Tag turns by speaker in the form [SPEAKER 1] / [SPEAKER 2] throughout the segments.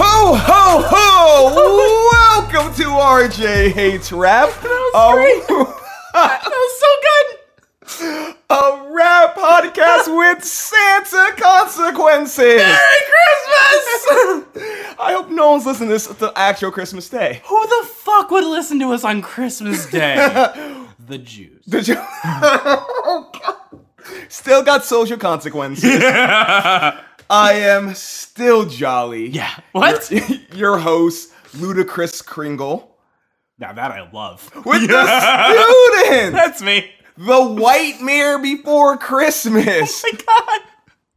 [SPEAKER 1] Ho ho ho! Welcome to RJ Hates Rap. that was so good. A rap podcast with Santa consequences.
[SPEAKER 2] Merry Christmas!
[SPEAKER 1] I hope no one's listening to this the actual Christmas day.
[SPEAKER 2] Who the fuck would listen to us on Christmas Day? the Jews.
[SPEAKER 1] Did you? Oh, God. Still got social consequences. I am still jolly.
[SPEAKER 2] Yeah. What?
[SPEAKER 1] Your host, Ludacris Kringle,
[SPEAKER 2] now that I love.
[SPEAKER 1] with the students.
[SPEAKER 2] That's me.
[SPEAKER 1] The White Mare Before Christmas.
[SPEAKER 2] Oh My God.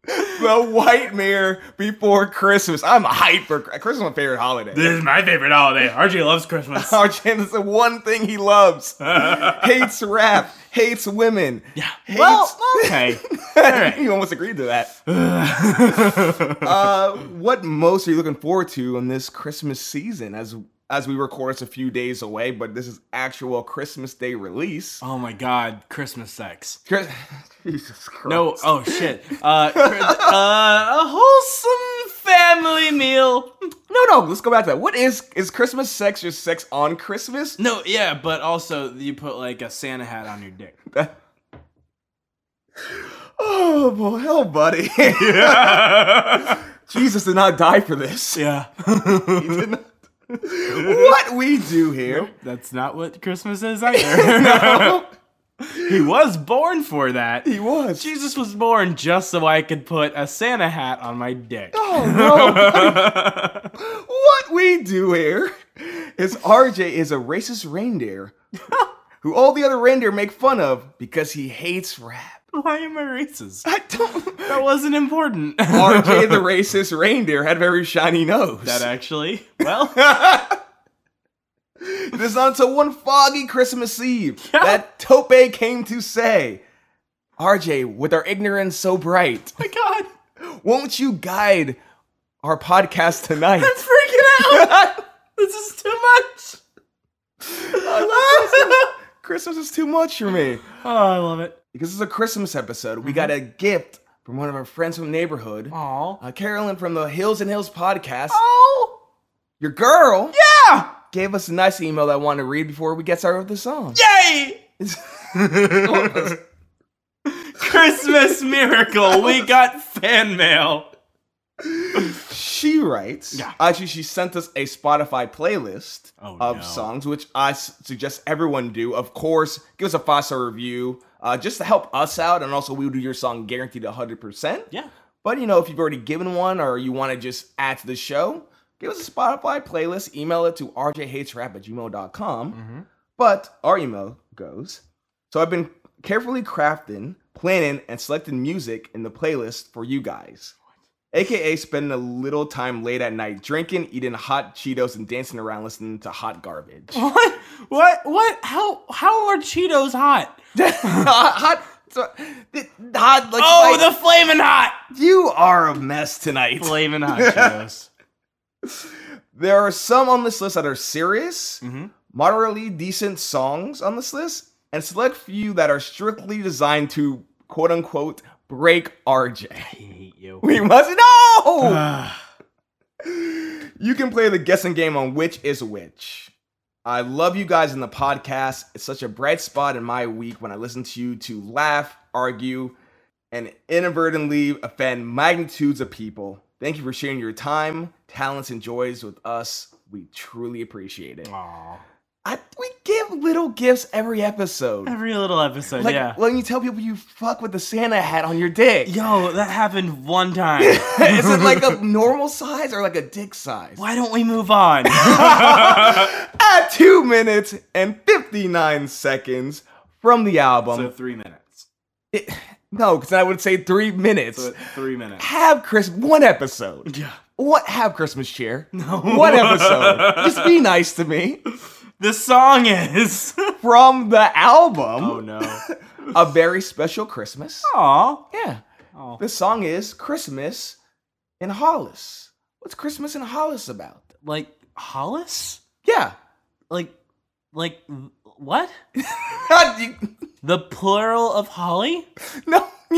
[SPEAKER 1] the White Mare Before Christmas. I'm hyped for Christmas. is My favorite holiday.
[SPEAKER 2] This is my favorite holiday. RJ loves Christmas.
[SPEAKER 1] Our channel is the one thing he loves. hates rap. Hates women.
[SPEAKER 2] Yeah.
[SPEAKER 1] Hates-
[SPEAKER 2] Well, okay. All right.
[SPEAKER 1] you almost agreed to that. uh, what most are you looking forward to in this Christmas season? As as we record, it's a few days away, but this is actual Christmas Day release.
[SPEAKER 2] Oh my God, Christmas sex.
[SPEAKER 1] Chris- Jesus Christ.
[SPEAKER 2] No, oh shit. Uh, cri- uh, a wholesome family meal.
[SPEAKER 1] No, no, let's go back to that. What is is Christmas sex just sex on Christmas?
[SPEAKER 2] No, yeah, but also you put like a Santa hat on your dick.
[SPEAKER 1] Oh boy, hell, buddy. Jesus did not die for this.
[SPEAKER 2] Yeah.
[SPEAKER 1] He did not. what we do here?
[SPEAKER 2] That's not what Christmas is either. He was born for that.
[SPEAKER 1] he was.
[SPEAKER 2] Jesus was born just so I could put a Santa hat on my dick.
[SPEAKER 1] Oh no. buddy. what we do here is RJ is a racist reindeer who all the other reindeer make fun of because he hates rap.
[SPEAKER 2] Why am I racist?
[SPEAKER 1] I don't.
[SPEAKER 2] That wasn't important.
[SPEAKER 1] RJ the racist reindeer had a very shiny nose.
[SPEAKER 2] that actually. Well,
[SPEAKER 1] It is not until one foggy Christmas Eve that Tope came to say, RJ, with our ignorance so bright,
[SPEAKER 2] my God,
[SPEAKER 1] won't you guide our podcast tonight?
[SPEAKER 2] I'm freaking out. This is too much.
[SPEAKER 1] I love Christmas is too much for me.
[SPEAKER 2] Oh, I love it.
[SPEAKER 1] Because this is a Christmas episode, we got a gift from one of our friends from the neighborhood,
[SPEAKER 2] Mm-hmm. Aw.
[SPEAKER 1] uh, Carolyn from the Hills and Hills podcast.
[SPEAKER 2] Oh,
[SPEAKER 1] Your girl
[SPEAKER 2] yeah.
[SPEAKER 1] gave us a nice email that I want to read before we get started with the song.
[SPEAKER 2] Yay! Christmas miracle. We got fan mail.
[SPEAKER 1] She writes.
[SPEAKER 2] Yeah.
[SPEAKER 1] Actually, she sent us a Spotify playlist
[SPEAKER 2] Oh,
[SPEAKER 1] of
[SPEAKER 2] no.
[SPEAKER 1] songs, which I s- suggest everyone do. Of course, give us a five star review uh, just to help us out, and also we'll do your song guaranteed 100%.
[SPEAKER 2] Yeah.
[SPEAKER 1] But you know, if you've already given one or you want to just add to the show, give us a Spotify playlist, email it to rjhatesrap at gmail.com.
[SPEAKER 2] Mm-hmm.
[SPEAKER 1] But our email goes So I've been carefully crafting, planning, and selecting music in the playlist for you guys. AKA spending a little time late at night drinking, eating hot Cheetos, and dancing around listening to hot garbage.
[SPEAKER 2] What? What? What? How? How are Cheetos hot?
[SPEAKER 1] hot, hot, hot, like,
[SPEAKER 2] Oh,
[SPEAKER 1] like-
[SPEAKER 2] the flaming hot.
[SPEAKER 1] you are a mess tonight.
[SPEAKER 2] Flaming hot Cheetos.
[SPEAKER 1] There are some on this list that are serious, moderately decent songs on this list, and select few that are strictly designed to quote unquote break RJ.
[SPEAKER 2] I hate you.
[SPEAKER 1] We must
[SPEAKER 2] Uh.
[SPEAKER 1] know! you can play the guessing game on which is which. I love you guys in the podcast. It's such a bright spot in my week when I listen to you to laugh, argue, and inadvertently offend magnitudes of people. Thank you for sharing your time, talents, and joys with us. We truly appreciate it.
[SPEAKER 2] Aw.
[SPEAKER 1] I, we give little gifts every episode.
[SPEAKER 2] Every little episode,
[SPEAKER 1] like
[SPEAKER 2] yeah.
[SPEAKER 1] when you tell people you fuck with the Santa hat on your dick.
[SPEAKER 2] Yo, that happened one time.
[SPEAKER 1] Is it like a normal size or like a dick size?
[SPEAKER 2] Why don't we move on?
[SPEAKER 1] At two minutes and 59 seconds, from the album.
[SPEAKER 2] so three minutes.
[SPEAKER 1] It- no, because I would say three minutes.
[SPEAKER 2] So three minutes.
[SPEAKER 1] have Chris one episode.
[SPEAKER 2] Yeah.
[SPEAKER 1] What have Christmas cheer? No. One episode. Just be nice to me.
[SPEAKER 2] The song is.
[SPEAKER 1] From the album,
[SPEAKER 2] oh no.
[SPEAKER 1] A Very Special Christmas.
[SPEAKER 2] Aw.
[SPEAKER 1] Yeah.
[SPEAKER 2] Oh.
[SPEAKER 1] The song is Christmas in Hollis. What's Christmas in Hollis about?
[SPEAKER 2] Like Hollis?
[SPEAKER 1] Yeah.
[SPEAKER 2] Like, like what?
[SPEAKER 1] How do you-
[SPEAKER 2] The plural of Holly?
[SPEAKER 1] no.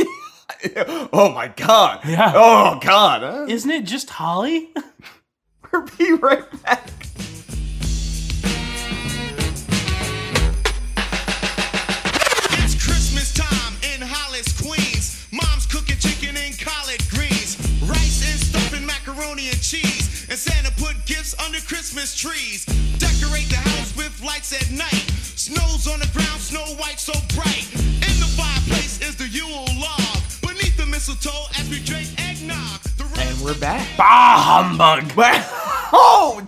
[SPEAKER 1] oh my God.
[SPEAKER 2] Yeah.
[SPEAKER 1] Oh God. huh?
[SPEAKER 2] Isn't it just Holly?
[SPEAKER 1] We'll be right back.
[SPEAKER 3] It's Christmas time in Hollis, Queens. Mom's cooking chicken and collard greens, rice and stuffing macaroni and cheese. And Santa put gifts under Christmas trees. Decorate the house with lights at night. Snow's on the ground, snow white so bright. In the fireplace is the Yule log. Beneath the mistletoe as we drink eggnog. The
[SPEAKER 1] And we're back.
[SPEAKER 2] Bah humbug.
[SPEAKER 1] oh.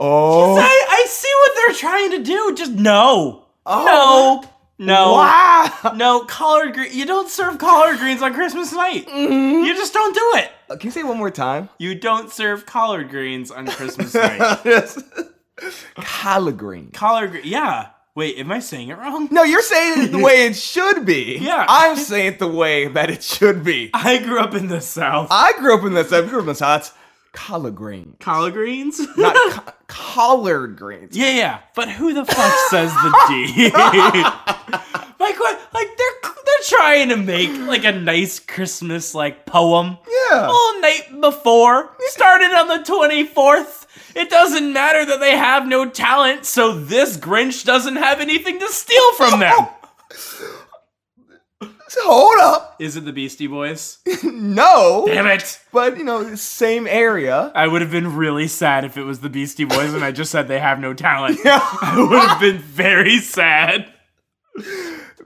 [SPEAKER 1] Oh.
[SPEAKER 2] I, I see what they're trying to do. Just no. No. No.
[SPEAKER 1] Wow.
[SPEAKER 2] No, collard green. You don't serve collard greens on Christmas night.
[SPEAKER 1] Mm-hmm.
[SPEAKER 2] You just don't do it.
[SPEAKER 1] Can you say it one more time?
[SPEAKER 2] You don't serve collard greens on Christmas night.
[SPEAKER 1] yes. Collard green.
[SPEAKER 2] collard green. Yeah. Wait, am I saying it wrong?
[SPEAKER 1] No, you're saying it the way it should be.
[SPEAKER 2] Yeah.
[SPEAKER 1] I'm saying it the way that it should be.
[SPEAKER 2] I grew up in the South.
[SPEAKER 1] I grew up in the South. I grew up in the South. Collard green.
[SPEAKER 2] collard greens?
[SPEAKER 1] Not co- collard greens.
[SPEAKER 2] yeah, yeah. But who the fuck says the D? like what? Like they're they're trying to make like a nice Christmas like poem.
[SPEAKER 1] Yeah.
[SPEAKER 2] All night before. Started on the 24th. It doesn't matter that they have no talent, so this Grinch doesn't have anything to steal from them.
[SPEAKER 1] So hold up.
[SPEAKER 2] Is it the Beastie Boys?
[SPEAKER 1] No.
[SPEAKER 2] Damn it!
[SPEAKER 1] But, you know, same area.
[SPEAKER 2] I would have been really sad if it was the Beastie Boys and I just said they have no talent. I would have been very sad.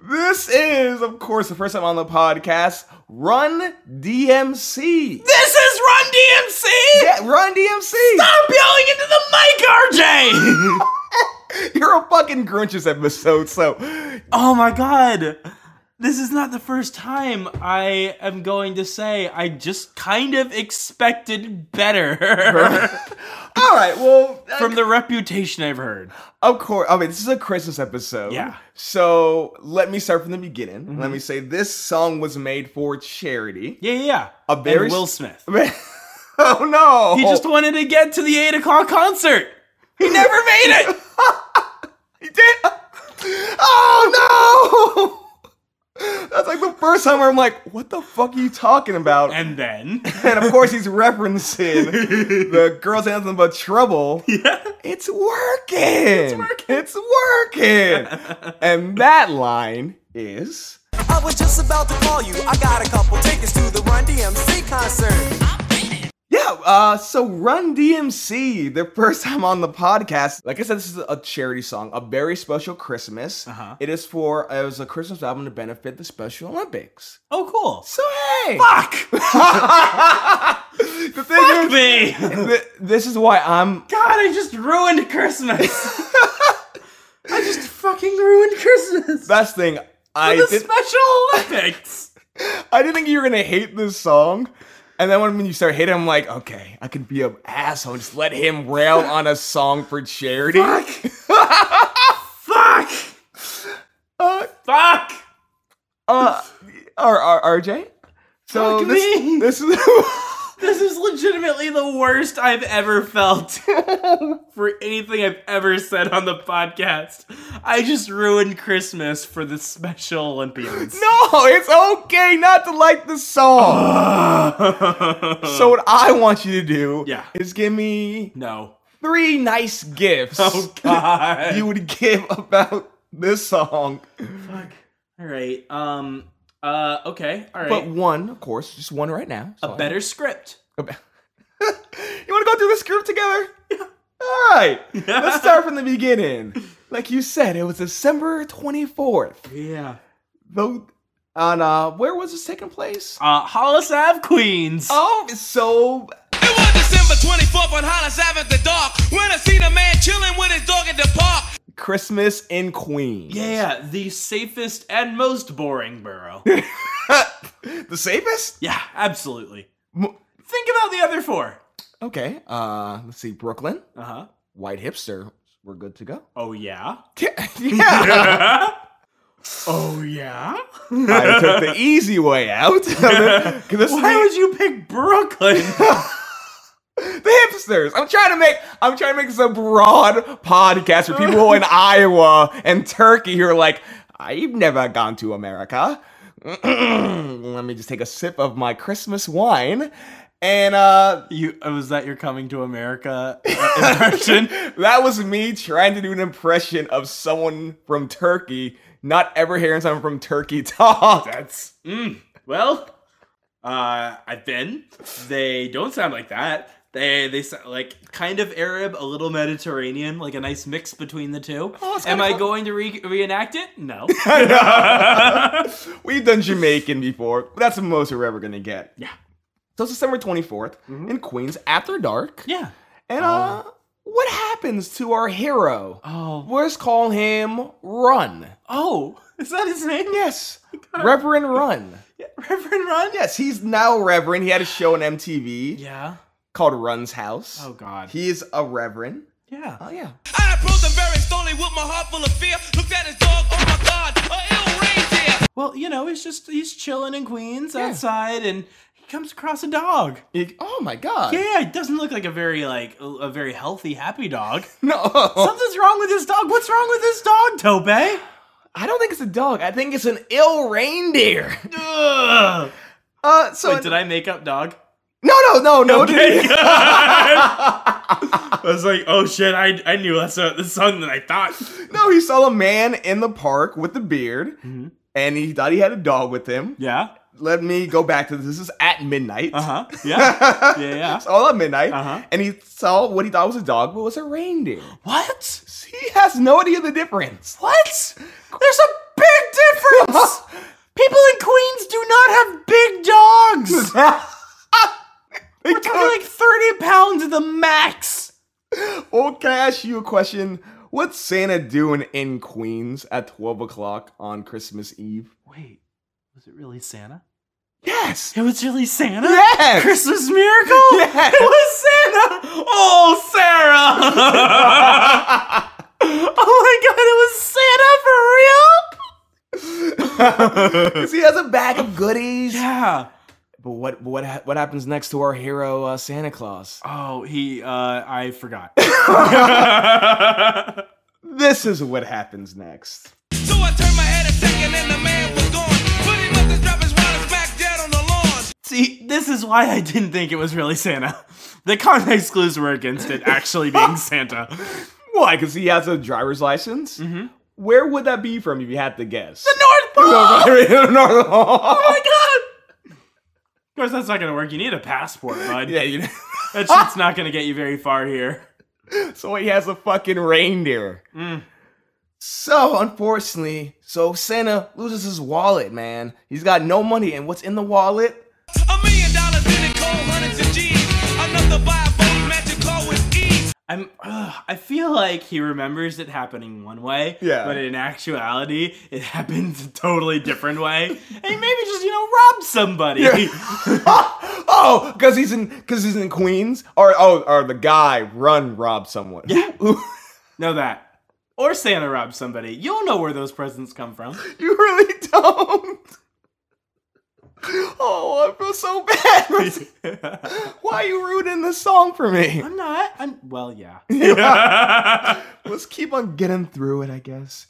[SPEAKER 1] This is, of course, the first time on the podcast, Run DMC.
[SPEAKER 2] This is Run DMC!
[SPEAKER 1] Yeah, Run DMC.
[SPEAKER 2] Stop yelling into the mic, RJ!
[SPEAKER 1] You're a fucking Grinch's episode, so
[SPEAKER 2] Oh my god. This is not the first time I am going to say I just kind of expected better
[SPEAKER 1] all right. Well,
[SPEAKER 2] from the reputation I've heard.
[SPEAKER 1] of course. I mean, this is a Christmas episode.
[SPEAKER 2] Yeah. Mm-hmm.
[SPEAKER 1] So let me start from the beginning. Let me say this song was made for charity.
[SPEAKER 2] Yeah, yeah, yeah.
[SPEAKER 1] A very
[SPEAKER 2] and Will
[SPEAKER 1] s-
[SPEAKER 2] Smith.
[SPEAKER 1] oh no!
[SPEAKER 2] He just wanted to get to the 8 o'clock concert. He never made it.
[SPEAKER 1] He did. Oh no! That's like the first time where I'm like, what the fuck are you talking about? And,
[SPEAKER 2] And then.
[SPEAKER 1] of course he's referencing the girls anthem but trouble. It's working. It's
[SPEAKER 2] working.
[SPEAKER 1] It's working. and that line is
[SPEAKER 4] I was just about to call you. I got a couple tickets to the Run DMC concert.
[SPEAKER 1] yeah. Uh, so Run DMC, their first time on the podcast. Like I said, this is a charity song, a very special Christmas.
[SPEAKER 2] Uh-huh.
[SPEAKER 1] It is for it was a Christmas album to benefit the Special Olympics.
[SPEAKER 2] Oh, cool.
[SPEAKER 1] So hey,
[SPEAKER 2] Fuck!
[SPEAKER 1] the thing
[SPEAKER 2] Fuck
[SPEAKER 1] is,
[SPEAKER 2] me!
[SPEAKER 1] th- this is why I'm.
[SPEAKER 2] God, I just ruined Christmas. I just fucking ruined Christmas.
[SPEAKER 1] That's the thing. I
[SPEAKER 2] the
[SPEAKER 1] did,
[SPEAKER 2] Special Olympics.
[SPEAKER 1] I didn't think you were gonna hate this song, and then when you start hating, I'm like, okay, I could be an asshole. Just let him rail on a song for charity.
[SPEAKER 2] Fuck! Fuck!
[SPEAKER 1] Uh,
[SPEAKER 2] Fuck!
[SPEAKER 1] uh, R- R- RJ. So
[SPEAKER 2] Fuck
[SPEAKER 1] this,
[SPEAKER 2] me.
[SPEAKER 1] this is
[SPEAKER 2] This is legitimately the worst I've ever felt for anything I've ever said on the podcast. I just ruined Christmas for the Special Olympians.
[SPEAKER 1] no. It's okay not to like the song. so what I want you to do
[SPEAKER 2] Yeah.
[SPEAKER 1] is give me
[SPEAKER 2] no.
[SPEAKER 1] three nice gifts
[SPEAKER 2] Oh God.
[SPEAKER 1] you would give about this song.
[SPEAKER 2] all right. Um. Uh. Okay. All right.
[SPEAKER 1] But one, of course, just one right now.
[SPEAKER 2] a better script.
[SPEAKER 1] you want to go through the script together? All right. Let's start from the beginning. Like you said, it was December 24th.
[SPEAKER 2] Yeah.
[SPEAKER 1] Though, on uh, where was this taking place?
[SPEAKER 2] Uh, Hollis Ave, Queens.
[SPEAKER 1] Oh, so
[SPEAKER 3] It was December 24th on Hollis Ave at the dark when I seen a man chilling with his dog at the park.
[SPEAKER 1] Christmas in Queens.
[SPEAKER 2] Yeah, the safest and most boring borough.
[SPEAKER 1] the safest?
[SPEAKER 2] yeah, absolutely.
[SPEAKER 1] M-
[SPEAKER 2] Think about the other four.
[SPEAKER 1] Okay. Uh, let's see. Brooklyn,
[SPEAKER 2] Uh huh.
[SPEAKER 1] white hipster. We're good to go.
[SPEAKER 2] Oh yeah.
[SPEAKER 1] yeah.
[SPEAKER 2] oh yeah.
[SPEAKER 1] I took the easy way out. 'Cause this is
[SPEAKER 2] Why
[SPEAKER 1] the-
[SPEAKER 2] would you pick Brooklyn?
[SPEAKER 1] the hipsters. I'm trying to make I'm trying to make this a broad podcast for people in Iowa and Turkey who are like, I've never gone to America. Let me just take a sip of my Christmas wine. And uh
[SPEAKER 2] you uh, was that your coming to America uh, impression?
[SPEAKER 1] that was me trying to do an impression of someone from Turkey, not ever hearing someone from Turkey talk.
[SPEAKER 2] That's mm, well. Uh, I've been. They don't sound like that. They they sound like kind of Arab, a little Mediterranean, like a nice mix between the two.
[SPEAKER 1] Oh, that's
[SPEAKER 2] Am
[SPEAKER 1] kinda
[SPEAKER 2] I
[SPEAKER 1] cool.
[SPEAKER 2] going to re- reenact it? No.
[SPEAKER 1] We've done Jamaican before, but that's the most we're ever gonna get.
[SPEAKER 2] Yeah.
[SPEAKER 1] So it's December 24th in Queens after dark.
[SPEAKER 2] yeah.
[SPEAKER 1] And uh, what happens to our hero?
[SPEAKER 2] Oh.
[SPEAKER 1] Let's call him Run.
[SPEAKER 2] Oh. Is that his name?
[SPEAKER 1] Yes, Reverend Run.
[SPEAKER 2] Reverend Run.
[SPEAKER 1] Yes, he's now Reverend. He had a show on MTV
[SPEAKER 2] Yeah.
[SPEAKER 1] called Run's House.
[SPEAKER 2] Oh God.
[SPEAKER 1] He is a Reverend.
[SPEAKER 2] yeah.
[SPEAKER 1] Oh yeah.
[SPEAKER 3] I approached him very slowly with my heart full of fear. Looked at his dog, oh my god, a ill reindeer.
[SPEAKER 2] Well, you know, he's just he's chilling in Queens
[SPEAKER 1] Yeah.
[SPEAKER 2] outside, and he comes across a dog.
[SPEAKER 1] He- oh my God.
[SPEAKER 2] Yeah, it doesn't look like a very like a- a very healthy, happy dog.
[SPEAKER 1] No,
[SPEAKER 2] Something's wrong with this dog. What's wrong with this dog, Tope?
[SPEAKER 1] I don't think it's a dog. I think it's an ill reindeer.
[SPEAKER 2] Ugh.
[SPEAKER 1] Uh, so
[SPEAKER 2] Wait, did I make up dog?
[SPEAKER 1] No, no, no, no. dude.
[SPEAKER 2] I was like, oh shit, I, I knew that's not the song that I thought.
[SPEAKER 1] No, he saw a man in the park with a beard, and he thought he had a dog with him.
[SPEAKER 2] Mm-hmm. Yeah.
[SPEAKER 1] Let me go back to this. This is at midnight.
[SPEAKER 2] Uh huh. Yeah. Yeah. Uh-huh. Yeah.
[SPEAKER 1] It's all at midnight,
[SPEAKER 2] Uh-huh.
[SPEAKER 1] and he saw what he thought was a dog, but was a reindeer.
[SPEAKER 2] What?
[SPEAKER 1] He has no idea the difference.
[SPEAKER 2] What? There's a big difference. People in Queens do not have big dogs.
[SPEAKER 1] We're
[SPEAKER 2] They're like 30 pounds the max.
[SPEAKER 1] well, can I ask you a question? What's Santa doing in Queens at 12 o'clock on Christmas Eve?
[SPEAKER 2] Wait, was it really Santa?
[SPEAKER 1] Yes!
[SPEAKER 2] It was really Santa?
[SPEAKER 1] Yes!
[SPEAKER 2] Christmas miracle?
[SPEAKER 1] Yes.
[SPEAKER 2] It was Santa! Oh, Sarah! oh my god, it was Santa for real?
[SPEAKER 1] Because he has a bag of goodies.
[SPEAKER 2] Yeah.
[SPEAKER 1] But what what ha- what happens next to our hero uh, Santa Claus?
[SPEAKER 2] Oh, he, uh, I forgot.
[SPEAKER 1] This is what happens next.
[SPEAKER 3] So I turned my head a second and the man was gone. Put him up the strap his wallet back dead on the lawn.
[SPEAKER 2] See, this is why I didn't think it was really Santa. The context clues were against it actually being Santa.
[SPEAKER 1] Why? Because he has a driver's license. Where would that be from if you had to guess?
[SPEAKER 2] North Pole!
[SPEAKER 1] oh
[SPEAKER 2] Oh my god! Of course, that's not gonna work. You need a passport, bud.
[SPEAKER 1] Yeah, you know.
[SPEAKER 2] That shit's not gonna get you very far here.
[SPEAKER 1] So he has a fucking reindeer. So unfortunately, so Santa loses his wallet, man. He's got no money, and what's in the wallet?
[SPEAKER 3] A million dollars in the cold hundreds of G's. Enough to buy a boat magic car with ease.
[SPEAKER 2] I'm. ugh, I feel like he remembers it happening one way,
[SPEAKER 1] Yeah.
[SPEAKER 2] But in actuality, it happens a totally different way. and he maybe just you know robbed somebody.
[SPEAKER 1] oh, because he's in because he's in Queens, or oh, or the guy run robbed someone.
[SPEAKER 2] know that, or Santa robbed somebody. You'll know where those presents come from.
[SPEAKER 1] You really don't. Oh, I feel so bad. Why are you ruining the song for me?
[SPEAKER 2] I'm not. I'm well, yeah.
[SPEAKER 1] Let's keep on getting through it, I guess.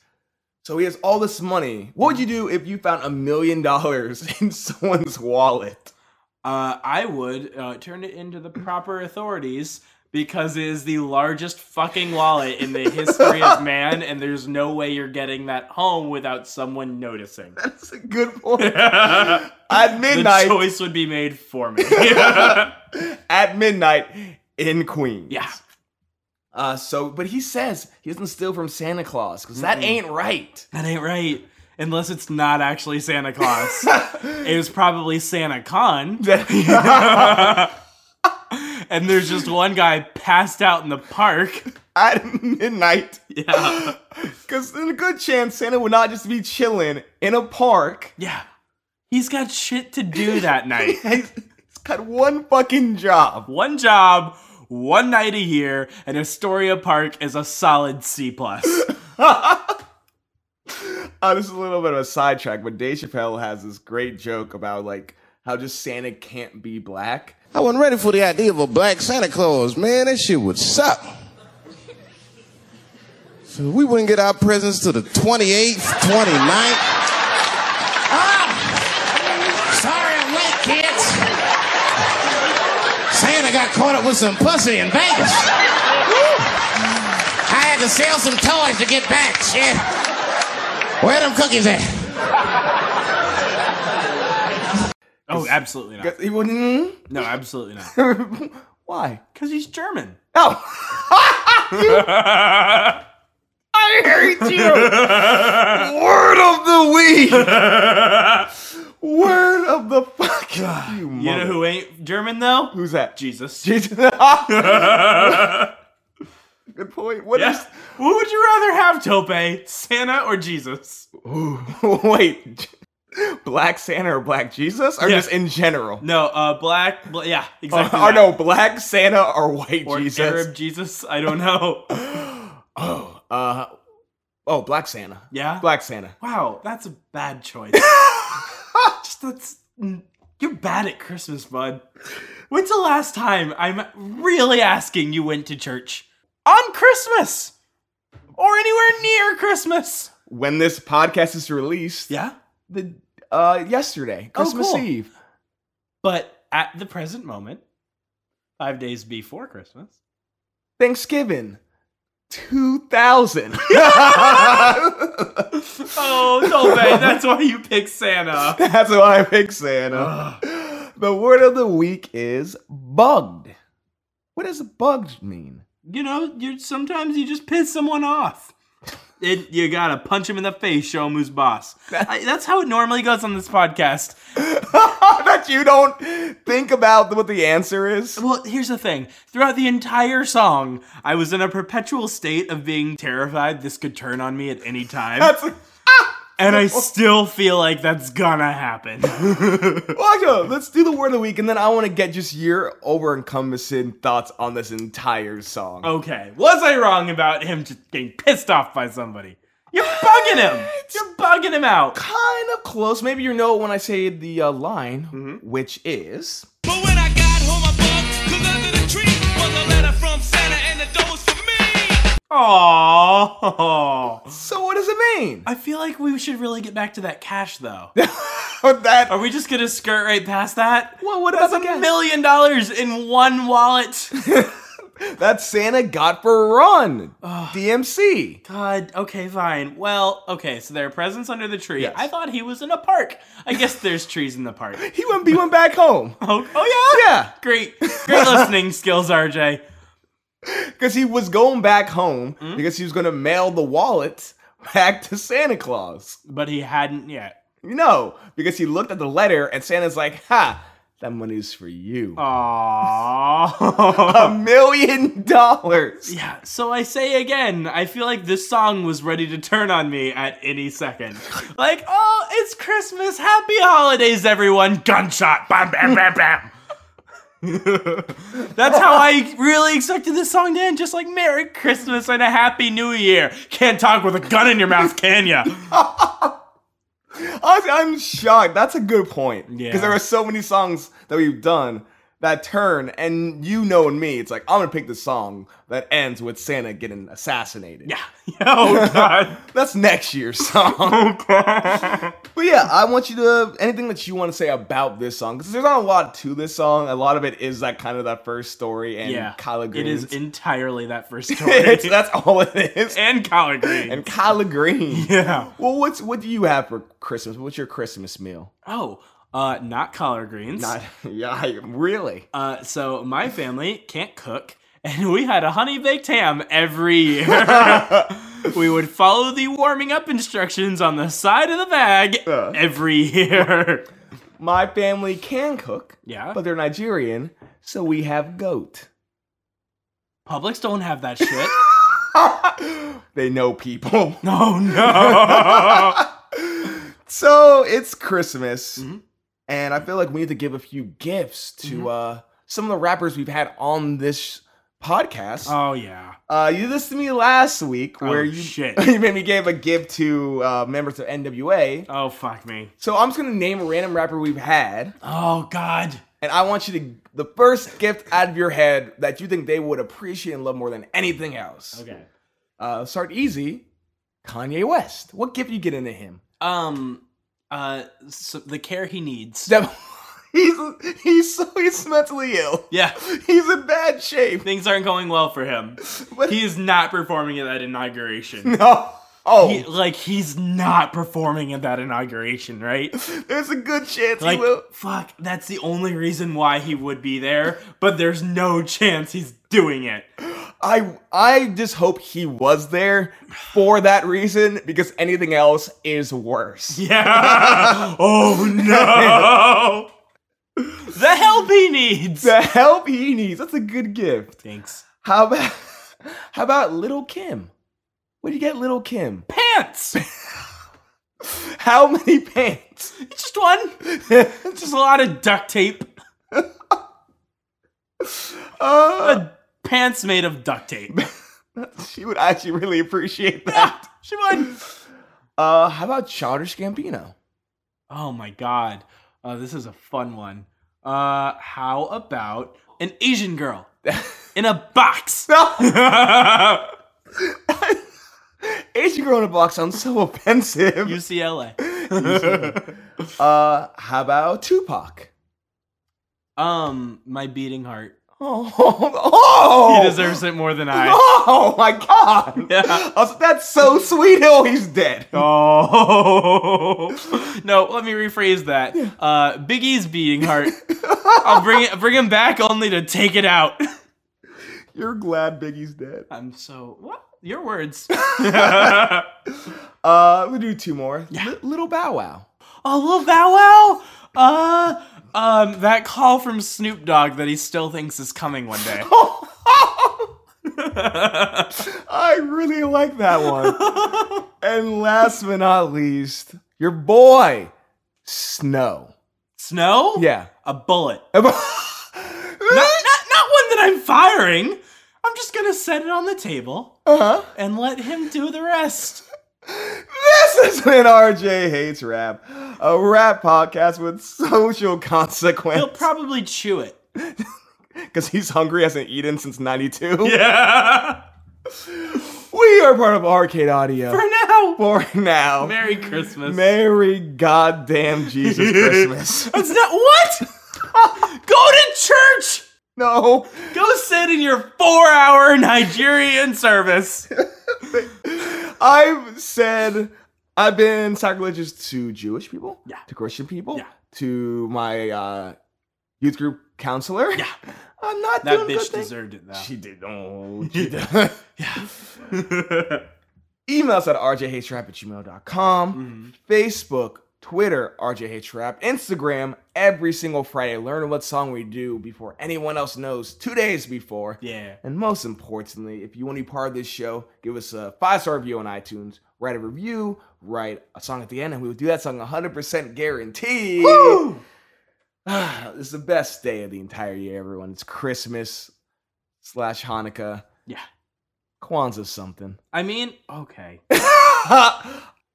[SPEAKER 1] So he has all this money. What would you do if you found a million dollars in someone's wallet?
[SPEAKER 2] Uh, I would uh, turn it into the proper authorities because it is the largest fucking wallet in the history of man, and there's no way you're getting that home without someone noticing.
[SPEAKER 1] That's a good point. at
[SPEAKER 2] The
[SPEAKER 1] midnight,
[SPEAKER 2] choice would be made for me.
[SPEAKER 1] at midnight in Queens.
[SPEAKER 2] yeah.
[SPEAKER 1] Uh, so, but he says he doesn't steal from Santa Claus because that ain't right.
[SPEAKER 2] That ain't right. Unless it's not actually Santa Claus. it was probably Santa Con. and there's just one guy passed out in the park.
[SPEAKER 1] at midnight.
[SPEAKER 2] Yeah.
[SPEAKER 1] Because there's a good chance Santa would not just be chilling in a park.
[SPEAKER 2] Yeah. He's got shit to do that night.
[SPEAKER 1] He's he's got one fucking job.
[SPEAKER 2] One job, one night a year, and Astoria Park is a solid C plus.
[SPEAKER 1] Uh, this is a little bit of a sidetrack, but Dave Chappelle has this great joke about like how just Santa can't be black.
[SPEAKER 5] I wasn't ready for the idea of a black Santa Claus, man. That shit would suck. So we wouldn't get our presents to the 28th, 29th. Ah! Sorry I'm late, kids. Santa got caught up with some pussy in Vegas. I had to sell some toys to get back, shit. Where them cookies at?
[SPEAKER 2] oh, absolutely not.
[SPEAKER 1] 'Cause He wouldn't.
[SPEAKER 2] No, absolutely not.
[SPEAKER 1] Why?
[SPEAKER 2] Because he's German.
[SPEAKER 1] Oh, I hate you. Word of the week. Word of the fuck. You,
[SPEAKER 2] You know who ain't German though?
[SPEAKER 1] Who's that?
[SPEAKER 2] Jesus.
[SPEAKER 1] Jesus. Good point. What
[SPEAKER 2] Yes.
[SPEAKER 1] is?
[SPEAKER 2] Who would you rather have, Tope? Santa or Jesus?
[SPEAKER 1] Wait, Black Santa or Black Jesus, or
[SPEAKER 2] Yeah.
[SPEAKER 1] just in general?
[SPEAKER 2] No, uh, black. Bl- yeah, exactly.
[SPEAKER 1] or
[SPEAKER 2] that.
[SPEAKER 1] no, Black Santa or White
[SPEAKER 2] Or
[SPEAKER 1] Jesus?
[SPEAKER 2] Arab oh, Jesus. I don't know.
[SPEAKER 1] Oh, uh, oh, Black Santa.
[SPEAKER 2] Yeah.
[SPEAKER 1] Black Santa.
[SPEAKER 2] Wow, that's a bad choice. Just that's mm, you're bad at Christmas, bud. When's the last time I'm really asking you went to church on Christmas or anywhere near Christmas?
[SPEAKER 1] When this podcast is released,
[SPEAKER 2] Yeah,
[SPEAKER 1] the uh yesterday,
[SPEAKER 2] Oh,
[SPEAKER 1] Christmas
[SPEAKER 2] cool.
[SPEAKER 1] Eve.
[SPEAKER 2] but at the present moment, five days before Christmas.
[SPEAKER 1] Thanksgiving 2000.
[SPEAKER 2] Oh, no, man, that's why you picked Santa.
[SPEAKER 1] That's why I pick Santa. the word of the week is bugged. What does bugged mean?
[SPEAKER 2] You know, you sometimes you just piss someone off. It, you gotta punch him in the face, show him who's boss. I, that's how it normally goes on this podcast.
[SPEAKER 1] that you don't think about what the answer is?
[SPEAKER 2] Well, here's the thing. Throughout the entire song, I was in a perpetual state of being terrified this could turn on me at any time.
[SPEAKER 1] That's
[SPEAKER 2] and I still feel like that's gonna happen.
[SPEAKER 1] Watch out, Let's do the word of the week, and then I want to get just your over encompassing thoughts on this entire song.
[SPEAKER 2] okay, was I wrong about him just getting pissed off by somebody? You're bugging him! You're bugging him out!
[SPEAKER 1] Kind of close. Maybe you know when I say the uh, line, which is.
[SPEAKER 3] But when I got home, I bugged, cause under the tree was a letter from Santa and the door was for me.
[SPEAKER 2] Aww.
[SPEAKER 1] So what does it mean?
[SPEAKER 2] I feel like we should really get back to that cash though.
[SPEAKER 1] Or that.
[SPEAKER 2] Are we just gonna skirt right past that?
[SPEAKER 1] Well, what
[SPEAKER 2] That's
[SPEAKER 1] about
[SPEAKER 2] a
[SPEAKER 1] the cash?
[SPEAKER 2] million dollars in one wallet.
[SPEAKER 1] that Santa got for Run DMC.
[SPEAKER 2] God, okay, fine. Well, okay, so there are presents under the tree.
[SPEAKER 1] Yes.
[SPEAKER 2] I thought he was in a park. I guess there's trees in the park.
[SPEAKER 1] He went. He went back home
[SPEAKER 2] Oh, oh yeah?
[SPEAKER 1] Yeah.
[SPEAKER 2] Great. Great listening skills, RJ.
[SPEAKER 1] because he was going back home because he was going to mail the wallet back to Santa Claus.
[SPEAKER 2] But he hadn't yet.
[SPEAKER 1] No, because he looked at the letter and Santa's like, "Ha, that money's for you." A
[SPEAKER 2] Aww.
[SPEAKER 1] million dollars.
[SPEAKER 2] yeah, so I say again, I feel like this song was ready to turn on me at any second. Like, oh, it's Christmas. Happy holidays, everyone. Gunshot. Bam, bam, bam, bam. That's how I really expected this song to end. Just like Merry Christmas and a Happy New Year. Can't talk with a gun in your mouth, can ya?
[SPEAKER 1] I, I'm shocked. That's a good point. Because
[SPEAKER 2] Yeah.
[SPEAKER 1] there are so many songs that we've done that turn, and you know, and me, it's like I'm gonna pick the song that ends with Santa getting assassinated.
[SPEAKER 2] Yeah. Oh God.
[SPEAKER 1] That's next year's song. but yeah, I want you to anything that you want to say about this song because there's not a lot to this song. A lot of it is that kind of that first story and
[SPEAKER 2] Yeah.
[SPEAKER 1] collard
[SPEAKER 2] It
[SPEAKER 1] greens.
[SPEAKER 2] is entirely that first
[SPEAKER 1] It's-
[SPEAKER 2] story.
[SPEAKER 1] that's all it is.
[SPEAKER 2] and collard greens.
[SPEAKER 1] And collard greens.
[SPEAKER 2] Yeah.
[SPEAKER 1] Well, what's what do you have for Christmas? What's your Christmas meal?
[SPEAKER 2] oh, uh, not collard greens.
[SPEAKER 1] Not yeah, I- really.
[SPEAKER 2] Uh, so my family can't cook, and we had a honey baked ham every year. we would follow the warming up instructions on the side of the bag
[SPEAKER 1] Uh.
[SPEAKER 2] every year.
[SPEAKER 1] My family can cook,
[SPEAKER 2] yeah,
[SPEAKER 1] but they're Nigerian, so we have goat.
[SPEAKER 2] Publix don't have that shit.
[SPEAKER 1] they know people.
[SPEAKER 2] Oh no!
[SPEAKER 1] So it's Christmas,
[SPEAKER 2] Mm-hmm.
[SPEAKER 1] and I feel like we need to give a few gifts to uh, some of the rappers we've had on this podcast.
[SPEAKER 2] oh yeah.
[SPEAKER 1] Uh, you did this to me last week,
[SPEAKER 2] Oh,
[SPEAKER 1] where you
[SPEAKER 2] shit.
[SPEAKER 1] you made me give a gift to uh, members of NWA.
[SPEAKER 2] Oh fuck me.
[SPEAKER 1] So I'm just gonna name a random rapper we've had,
[SPEAKER 2] Oh god.
[SPEAKER 1] and I want you to the first gift out of your head that you think they would appreciate and love more than anything else.
[SPEAKER 2] Okay.
[SPEAKER 1] Uh, start easy. Kanye West. What gift you get into him?
[SPEAKER 2] Um. Uh. So the care he needs.
[SPEAKER 1] That- he's he's so he's mentally ill.
[SPEAKER 2] yeah.
[SPEAKER 1] He's in bad shape.
[SPEAKER 2] Things aren't going well for him.
[SPEAKER 1] But
[SPEAKER 2] He is not performing at that inauguration.
[SPEAKER 1] no. Oh,
[SPEAKER 2] He, like he's not performing at that inauguration, right?
[SPEAKER 1] there's a good chance
[SPEAKER 2] Like,
[SPEAKER 1] he will.
[SPEAKER 2] fuck, that's the only reason why he would be there, but there's no chance he's doing it.
[SPEAKER 1] I I just hope he was there for that reason because anything else is worse.
[SPEAKER 2] Yeah. oh no. the help he needs.
[SPEAKER 1] The help he needs. That's a good gift.
[SPEAKER 2] Thanks.
[SPEAKER 1] How about how about Little Kim? What do you get, Little Kim?
[SPEAKER 2] Pants.
[SPEAKER 1] How many pants?
[SPEAKER 2] Just one. Just a lot of duct tape.
[SPEAKER 1] Uh,
[SPEAKER 2] Uh, pants made of duct tape.
[SPEAKER 1] she would actually really appreciate that.
[SPEAKER 2] she would.
[SPEAKER 1] Uh, how about Childish Gambino?
[SPEAKER 2] Oh my god. Uh, this is a fun one. Uh, how about an Asian girl in a box?
[SPEAKER 1] Asian girl in a box sounds so offensive.
[SPEAKER 2] UCLA.
[SPEAKER 1] Uh, how about Tupac?
[SPEAKER 2] Um, my beating heart.
[SPEAKER 1] Oh, oh,
[SPEAKER 2] He deserves it more than I.
[SPEAKER 1] Oh my god!
[SPEAKER 2] Yeah.
[SPEAKER 1] I was like, that's so sweet. Oh, he's dead.
[SPEAKER 2] Oh no! Let me rephrase that. Uh, Biggie's beating heart. I'll bring it, bring him back only to take it out.
[SPEAKER 1] You're glad Biggie's dead.
[SPEAKER 2] I'm so what? Your words.
[SPEAKER 1] Uh, we do two more. Li- little Bow Wow.
[SPEAKER 2] Oh, little Bow Wow. Uh, um, that call from Snoop Dogg that he still thinks is coming one day.
[SPEAKER 1] I really like that one. and last but not least, your boy Snow.
[SPEAKER 2] Snow?
[SPEAKER 1] Yeah.
[SPEAKER 2] A bullet. Not,
[SPEAKER 1] uh
[SPEAKER 2] not, not one that I'm firing. I'm just gonna set it on the table
[SPEAKER 1] huh.
[SPEAKER 2] and let him do the rest.
[SPEAKER 1] This has been RJ Hates Rap, a rap podcast with social
[SPEAKER 2] He'll
[SPEAKER 1] consequence.
[SPEAKER 2] probably chew it.
[SPEAKER 1] Because he's hungry, hasn't eaten since 92.
[SPEAKER 2] Yeah.
[SPEAKER 1] We are part of Arcade Audio.
[SPEAKER 2] For now.
[SPEAKER 1] For now.
[SPEAKER 2] Merry Christmas.
[SPEAKER 1] Merry goddamn Jesus Christmas.
[SPEAKER 2] That's not what. Go to church.
[SPEAKER 1] No.
[SPEAKER 2] Go sit in your four-hour Nigerian service.
[SPEAKER 1] I've said I've been sacrilegious to Jewish people,
[SPEAKER 2] Yeah.
[SPEAKER 1] to Christian people,
[SPEAKER 2] Yeah.
[SPEAKER 1] to my uh, youth group counselor. Yeah. I'm not
[SPEAKER 2] That
[SPEAKER 1] doing good
[SPEAKER 2] bitch
[SPEAKER 1] things.
[SPEAKER 2] deserved it though.
[SPEAKER 1] She did. Oh, she did. Email us at rjhtrap at gmail.com. Facebook, Twitter, rjhtrap. Instagram, every single Friday. Learn what song we do before anyone else knows, two days before.
[SPEAKER 2] Yeah.
[SPEAKER 1] And most importantly, if you want to be part of this show, give us a five star review on iTunes, write a review, write a song at the end, and we will do that song 100% guaranteed. it's the best day of the entire year, everyone. It's Christmas slash Hanukkah.
[SPEAKER 2] Yeah.
[SPEAKER 1] Kwanzaa something.
[SPEAKER 2] I mean, okay.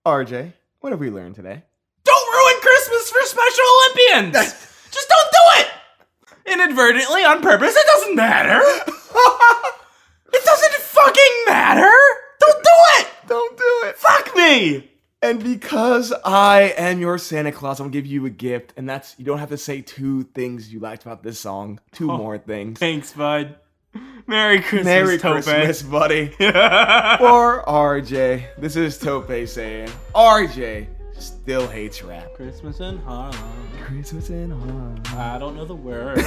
[SPEAKER 1] RJ, what have we learned today?
[SPEAKER 2] Don't ruin Christmas for Special Olympians! Just don't do it! Inadvertently, on purpose, it doesn't matter! it doesn't fucking matter! Don't do it!
[SPEAKER 1] Don't do it.
[SPEAKER 2] Fuck me!
[SPEAKER 1] And because I am your Santa Claus, I'm gonna give you a gift, and that's you don't have to say two things you liked about this song. Two more things.
[SPEAKER 2] Thanks, bud. Merry Christmas,
[SPEAKER 1] Merry
[SPEAKER 2] Tope.
[SPEAKER 1] Christmas, buddy. For RJ, this is Tope saying RJ still hates rap.
[SPEAKER 2] Christmas in Harlem.
[SPEAKER 1] Christmas in Harlem.
[SPEAKER 2] I don't know the word.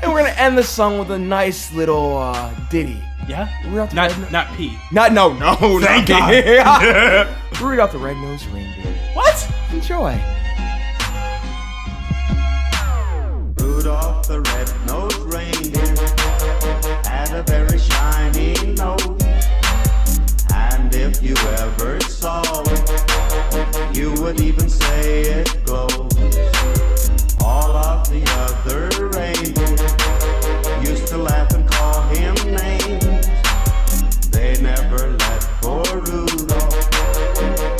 [SPEAKER 1] And we're gonna end the song with a nice little uh, ditty.
[SPEAKER 2] yeah?
[SPEAKER 1] We're off the
[SPEAKER 2] Not, not P.
[SPEAKER 1] Not no no. not
[SPEAKER 2] Thank God.
[SPEAKER 1] that. We're right off the red nosed reindeer.
[SPEAKER 2] What?
[SPEAKER 1] Enjoy.
[SPEAKER 6] Rudolph the red-nosed reindeer had had a very shiny nose. And if you ever saw it, you would even say it glows. All of the other reindeer used to laugh and call him names. They never let poor Rudolph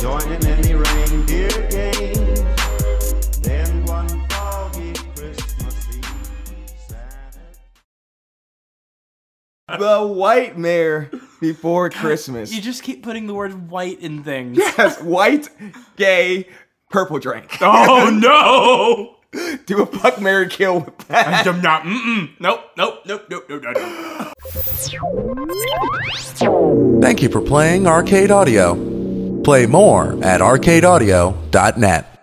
[SPEAKER 6] join in any reindeer games. Then one foggy Christmas Eve, Santa
[SPEAKER 1] the white mare before Christmas.
[SPEAKER 2] You just keep putting the word white in things.
[SPEAKER 1] Yes, white, gay, purple drink.
[SPEAKER 2] Oh no!
[SPEAKER 1] Do a fuck Mary kill with that.
[SPEAKER 2] I'm not. Mm-mm. Nope. Nope. Nope. Nope. Nope. Nope. nope.
[SPEAKER 7] Thank you for playing Arcade Audio. Play more at arcadeaudio.net.